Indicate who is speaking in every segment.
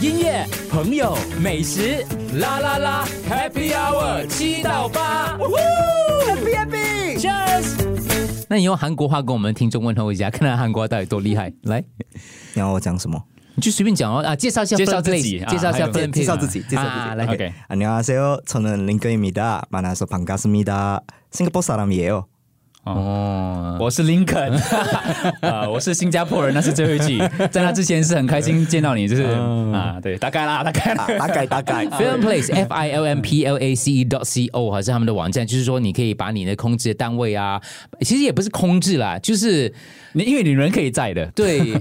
Speaker 1: 音乐、朋友、美食，啦啦啦，Happy Hour 七到八，Happy Happy，Cheers。那你用韩国话跟我们听众问候一下，看看韩国话到底多 厉害。来，
Speaker 2: 你要我讲什么？
Speaker 1: 你就随便讲哦啊，介绍一下，
Speaker 3: 介绍自己
Speaker 1: 介绍一下
Speaker 3: 啊
Speaker 1: Fern
Speaker 3: 还有
Speaker 1: Place
Speaker 2: 介绍自己，介绍自己。
Speaker 1: 啊来
Speaker 3: OK.
Speaker 2: 안녕하세요. 저는 링크입니다. 만나서 반갑습니다. 싱가포르 사람이에요.
Speaker 1: 哦，
Speaker 3: 我是林肯， 啊，我是新加坡人，那是最后一句。在那之前是很开心见到你，就是
Speaker 1: 嗯
Speaker 3: 啊，对，大概啦，大概啦。
Speaker 2: 大概大
Speaker 3: 啊
Speaker 2: 概。
Speaker 1: Film Place F I L M P L A C E dot C O 还是他们的网站，就是说你可以把你的空置的单位啊，其实也不是空置啦，就是
Speaker 3: 你因为你人可以在的，
Speaker 1: 对，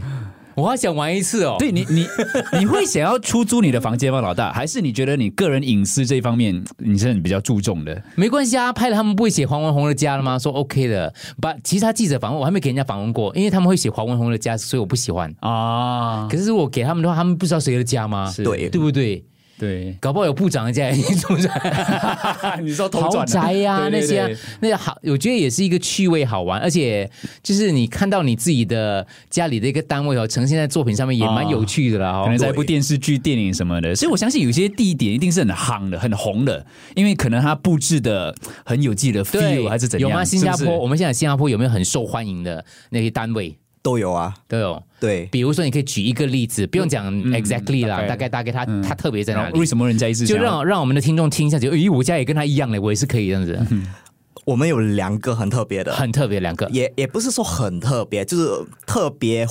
Speaker 1: 我好想玩一次哦。
Speaker 3: 对你你你会想要出租你的房间吗，老大？还是你觉得你个人隐私这一方面你是很比较注重的？
Speaker 1: 没关系啊，拍了他们不会写黄文宏的家了吗？说 OK 的，把其他记者访问我还没给人家访问过，因为他们会写黄文宏的家，所以我不喜欢。
Speaker 3: 啊，
Speaker 1: 可是我给他们的话，他们不知道谁的家吗？
Speaker 3: 是
Speaker 2: 对
Speaker 1: 对不对？
Speaker 3: 对，
Speaker 1: 搞不好有部长的家， 你知不知道
Speaker 3: 你说偷
Speaker 1: 豪
Speaker 3: 转的
Speaker 1: 宅呀、
Speaker 3: 对对
Speaker 1: 那些、
Speaker 3: 对
Speaker 1: 啊，那好，我觉得也是一个趣味好玩，而且就是你看到你自己的家里的一个单位哦，呈现在作品上面也蛮有趣的啦、哦。
Speaker 3: 啊可能在一部电视剧、电影什么的，所以我相信有些地点一定是很夯的、很红的，因为可能它布置的很有自己的 feel 还是怎样。
Speaker 1: 有吗？新加坡，
Speaker 3: 是不是
Speaker 1: 我们现在新加坡有没有很受欢迎的那些单位
Speaker 2: 都有啊，
Speaker 1: 都有？
Speaker 2: 对，
Speaker 1: 比如说，你可以举一个例子，不用讲 exactly 啦，大
Speaker 3: 嗯大
Speaker 1: 概
Speaker 3: 概
Speaker 1: 大概他
Speaker 3: 嗯
Speaker 1: 他特别在哪
Speaker 3: 然后为
Speaker 1: 里，
Speaker 3: 什么人家一直
Speaker 1: 就
Speaker 3: 想要
Speaker 1: 让让我们的听众听一下，就咦，我家也跟他一样嘞，我也是可以这 样子，
Speaker 2: 我们有两个很特别的，
Speaker 1: 很特别两 个。
Speaker 2: 也也不是说很特别，就是特别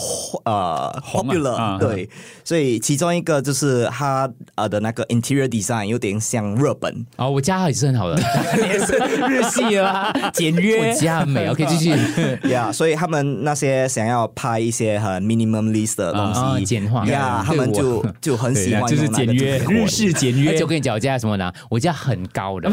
Speaker 2: 呃
Speaker 3: 红啊
Speaker 2: popular，、
Speaker 3: 啊
Speaker 2: 对，所以其中一个就是它呃的那个 interior design 有点像日本，
Speaker 1: 哦，我家也是很好的，
Speaker 3: 也是 日系啦，简
Speaker 1: 我
Speaker 3: 约。
Speaker 1: 家很美。OK，继 续
Speaker 2: yeah，所以他们那些想要拍一些很 minimalist 的东西，
Speaker 1: 啊简化
Speaker 2: yeah，他们就 就很喜欢
Speaker 3: 就
Speaker 2: 用
Speaker 3: 是
Speaker 2: 那
Speaker 3: 简
Speaker 2: 个
Speaker 3: 约，
Speaker 2: 就是
Speaker 3: 日式简
Speaker 1: 而
Speaker 3: 约
Speaker 1: 且。我跟你讲，我家有什么呢？我家很 高的，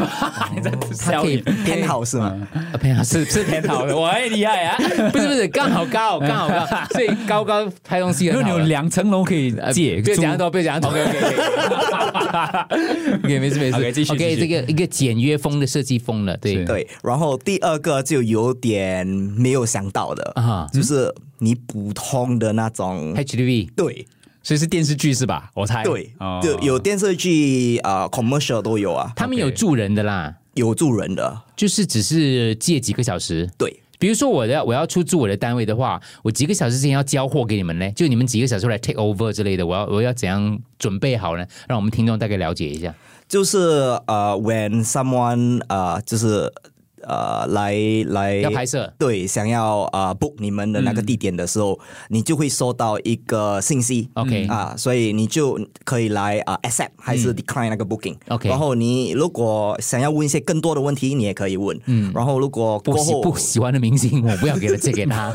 Speaker 1: 他可以
Speaker 2: 偏好
Speaker 3: 嗯
Speaker 2: 是吗？
Speaker 1: 啊朋友是 是偏好的，我很厉 害啊！不是不是，刚好高，刚好高，所以高高拍东西
Speaker 3: 如
Speaker 1: 很
Speaker 3: 果你
Speaker 1: 好
Speaker 3: 有
Speaker 1: 的。
Speaker 3: 两层楼可以
Speaker 1: 呃
Speaker 3: 借，
Speaker 1: 别
Speaker 3: 租
Speaker 1: 讲得多，别 讲得多。OK OK OK，没事没事
Speaker 3: OK，继续继
Speaker 1: OK，这
Speaker 3: 续
Speaker 1: 个一个简约风的设计风了，对
Speaker 3: 是
Speaker 2: 对，然后第二个就有点没有想到的
Speaker 3: 嗯
Speaker 1: 啊
Speaker 2: 就是你普通的那种，
Speaker 1: HDV
Speaker 2: 对
Speaker 3: 所以是电视剧是吧？我猜
Speaker 2: 对
Speaker 3: 哦，
Speaker 2: 就有电视剧啊、呃 commercial 都有啊，
Speaker 1: 他们有住人的啦，
Speaker 2: 有住人的，
Speaker 1: 就是只是借几个小时。
Speaker 2: 对
Speaker 1: 比如说我的我要出租我的单位的话，我几个小时之前要交货给你们呢，就你们几个小时后来 take over 之类的，我要我要怎样准备好呢？让我们听众大概了解一下。
Speaker 2: 就是呃，when someone 呃，就是呃，来来
Speaker 1: 要拍摄
Speaker 2: 对，想要呃 book 你们的那个地点的时候，你就会收到一个信息
Speaker 1: OK 嗯
Speaker 2: 啊，所以你就可以来啊、呃 accept 还是 decline 那个 booking。
Speaker 1: OK
Speaker 2: 然后你如果想要问一些更多的问题，你也可以问。嗯，然后如果过
Speaker 1: 不喜
Speaker 2: 后
Speaker 1: 不喜欢的明星，我不要给他借给他。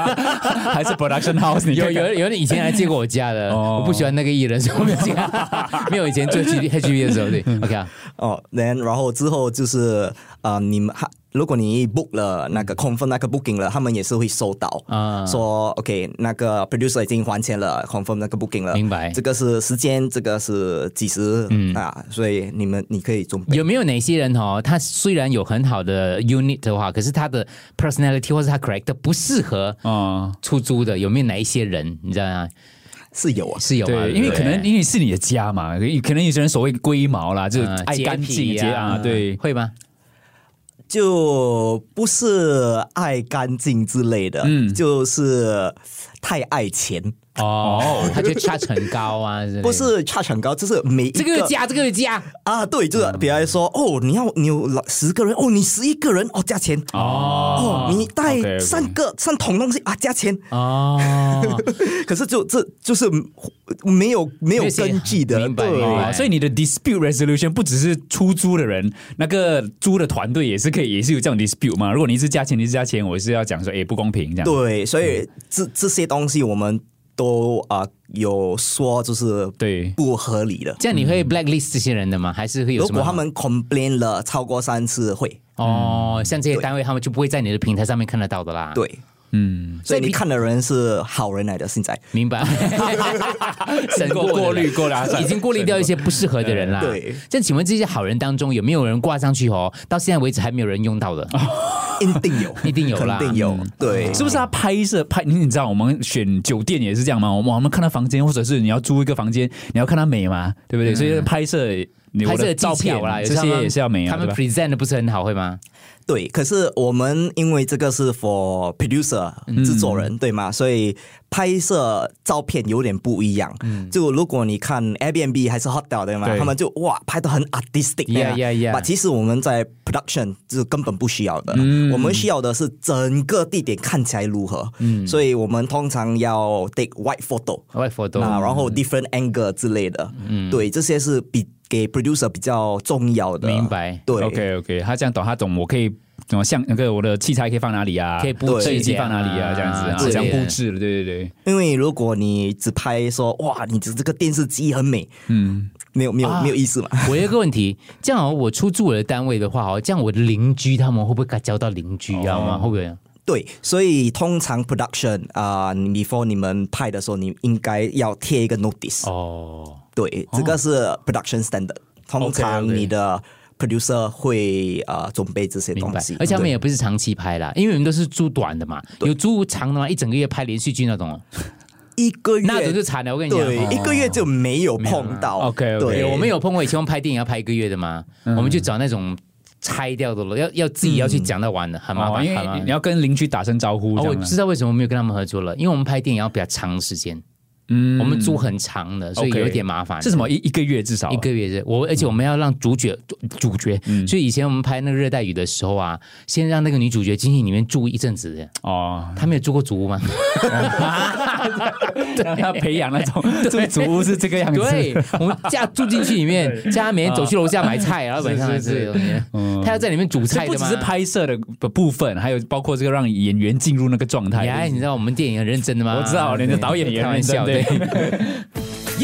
Speaker 3: 还是 production house？你
Speaker 1: 有
Speaker 3: 看看
Speaker 1: 有有人以前来借过我家的，
Speaker 3: 哦
Speaker 1: 我不喜欢那个艺人，所以我没有借他。没有以前做 H H V 的时候，对 OK 啊，
Speaker 2: 哦，然然后之后就是呃，你们哈，如果你 book 了那个 confirm 那个 booking 了，他们也是会收到
Speaker 1: 啊
Speaker 2: 说 OK 那个 producer 已经还钱了，confirm 那个 booking 了，
Speaker 1: 明白
Speaker 2: 这个是时间，这个是几时、啊，所以你们你可以准备。
Speaker 1: 嗯有没有哪些人哦，他虽然有很好的 unit 的话，可是他的 personality 或是他 character 不适合
Speaker 3: 啊。
Speaker 1: 出租的？有没有哪一些人？你知道吗？
Speaker 2: 是有啊，
Speaker 1: 是有啊，
Speaker 3: 对，因为
Speaker 1: 不
Speaker 3: 可能因为是你的家嘛，可能有些人所谓龟毛啦，就是
Speaker 1: 呃
Speaker 3: 爱干净
Speaker 1: 洁
Speaker 3: 洁
Speaker 1: 癖
Speaker 3: 啊，对，
Speaker 1: 会吗？
Speaker 2: 就不是爱干净之类的，嗯，就是太爱钱，
Speaker 1: 哦，他觉得 charge 很高 啊，
Speaker 2: 不是差很高，就是每一
Speaker 1: 这个嗯加这个加
Speaker 2: 啊，对，就是比如说，哦，你要你有十个人，哦，你十一个人，哦，加钱，哦，你带
Speaker 3: OK，OK
Speaker 2: 三个三桶东西啊，加钱，
Speaker 1: 哦，
Speaker 2: 可是就这就是没有没有
Speaker 1: 没有写
Speaker 2: 根据的，
Speaker 1: 明白明
Speaker 2: 对
Speaker 1: 白
Speaker 3: 哦，所以你的 dispute resolution 不只是出租的人，那个租的团队也是可以，也是有这种 dispute 嘛。如果你一直加钱，你一直加钱，我是要讲说，哎，不公平这样。
Speaker 2: 对，所
Speaker 1: 嗯
Speaker 2: 以这这些东西我们都啊、有说就是
Speaker 3: 对
Speaker 2: 不合理的。
Speaker 1: 这样你会
Speaker 3: 嗯
Speaker 1: blacklist 这些人的吗？还是会有
Speaker 2: 如
Speaker 1: 什么？
Speaker 2: 果他们 complain 了超过三次会，
Speaker 3: 嗯
Speaker 1: 哦，像这些单位，他们就不会在你的平台上面看得到的啦。
Speaker 2: 对，嗯，所以你看的人是好人来的。现 在
Speaker 1: 明 白？审
Speaker 3: 过过滤过啊了
Speaker 1: 已经过滤掉一些不适合的人啦。
Speaker 2: 对，
Speaker 1: 但请问这些好人当中有没有人挂上去哦？到现在为止还没有人用到的，
Speaker 2: 一定有，
Speaker 1: 一定有
Speaker 2: 肯
Speaker 1: 啦。嗯
Speaker 2: 定有。对，
Speaker 3: 是不是他拍摄拍？你你知道我们选酒店也是这样吗？我们我们看他房间，或者是你要租一个房间，你要看它美嘛，对不对？所以拍摄 你我
Speaker 1: 嗯拍摄
Speaker 3: 的
Speaker 1: 的
Speaker 3: 照
Speaker 1: 技
Speaker 3: 片
Speaker 1: 巧啦，有
Speaker 3: 这
Speaker 1: 时候他
Speaker 3: 些
Speaker 1: 们
Speaker 3: 也是要美啊，
Speaker 1: 他
Speaker 3: 对
Speaker 1: 们
Speaker 3: 吧？
Speaker 1: present 的不是很好，会吗？
Speaker 2: 对，可是我们因为这个是 for producer
Speaker 1: 嗯
Speaker 2: 制作人、对吗？所以拍摄照片有点不一样。
Speaker 1: 嗯
Speaker 2: 就如果你看 Airbnb 还是 hotel 对吗？
Speaker 3: 对
Speaker 2: 他们就哇拍的很 artistic，
Speaker 1: Yeah,
Speaker 2: 呀
Speaker 1: yeah, yeah
Speaker 2: 其实我们在 production 就是根本不需要的，
Speaker 1: 嗯
Speaker 2: 我们需要的是整个地点看起来如何。
Speaker 1: 嗯
Speaker 2: 所以我们通常要 take white photo。
Speaker 1: 外佛都
Speaker 2: 啊，然后 different angle 之类的，
Speaker 1: 嗯
Speaker 2: 对，这些是比给 producer 比较重要的。
Speaker 1: 明白
Speaker 2: 对
Speaker 3: OK OK，他这样懂，他懂，我可以怎么像那个我的器材可以放哪里啊？
Speaker 1: 可以布置
Speaker 3: 摄
Speaker 1: 一
Speaker 3: 影机
Speaker 1: 下
Speaker 3: 放哪里啊？这样子，啊，
Speaker 1: 之
Speaker 3: 这样
Speaker 1: 类的
Speaker 3: 布置了，对对对。
Speaker 2: 因为如果你只拍说哇，你这这个电视机很美，嗯，没有没
Speaker 1: 啊
Speaker 2: 有、没有意思嘛。
Speaker 1: 我有一个问题，这样哦，我出住我的单位的话哦，这样我的邻居他们会不会交到邻居，
Speaker 3: 哦
Speaker 1: 知道吗？会不会？
Speaker 2: 对，所以通常 production 啊、你 before 你们拍的时候，你应该要贴一个 notice、
Speaker 1: 哦，
Speaker 2: 对，这个是 production standard。通
Speaker 3: OK，OK
Speaker 2: 常你的 producer 会呃准备这些
Speaker 1: 明
Speaker 2: 东
Speaker 1: 白
Speaker 2: 西，。
Speaker 1: 而且他们
Speaker 2: 对
Speaker 1: 也不是长期拍啦，因为你们都是租短的嘛，有租长的嘛，一整个月拍连续剧那 种哦，
Speaker 2: 一个月
Speaker 1: 那种就惨了。我跟你讲，
Speaker 2: 对、
Speaker 1: 哦
Speaker 2: 一个月就没有碰到。
Speaker 3: OK，OK
Speaker 2: 对，
Speaker 1: 有我们有碰过，以前我们拍电影要拍一个月的嘛，我们就找那种拆掉的了，要要自己要去讲到完的，很麻
Speaker 3: 哦
Speaker 1: 烦，
Speaker 3: 因
Speaker 1: 很麻
Speaker 3: 为
Speaker 1: 烦
Speaker 3: 你。要跟邻居打声招呼
Speaker 1: 哦，
Speaker 3: 这
Speaker 1: 我
Speaker 3: 样啊。
Speaker 1: 知道为什么没有跟他们合作了，因为我们拍电影要比较长的时间，
Speaker 3: 嗯
Speaker 1: 我们租很长的，所以
Speaker 3: OK
Speaker 1: 有一点麻烦。
Speaker 3: 是什么一一个月至少啊
Speaker 1: 一个月是我，而且我们要让主角主角，
Speaker 3: 嗯
Speaker 1: 所以以前我们拍那个热带雨的时候啊，先让那个女主角进去里面住一阵子的，
Speaker 3: 哦，
Speaker 1: 她没有住过主屋吗？
Speaker 3: 让他培养那 种这族屋是这个样子。
Speaker 1: 对，我们叫她住进去里面，叫她每天走去楼下买菜，然后晚
Speaker 3: 啊
Speaker 1: 上来吃这个东西，她要在里面煮
Speaker 3: 这
Speaker 1: 菜
Speaker 3: 不
Speaker 1: 的
Speaker 3: 只
Speaker 1: 吗
Speaker 3: 是？拍摄的部分，还有包括这个让演员进入那个状态。
Speaker 1: 哎，你知道我们电影很认真的吗？
Speaker 3: 我知道连着导演也
Speaker 1: 开玩笑
Speaker 3: 认真
Speaker 1: 对。
Speaker 3: 对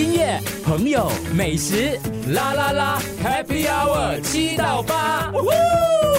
Speaker 1: 音乐、朋友、美食，啦啦啦，Happy Hour 七到八，呜呼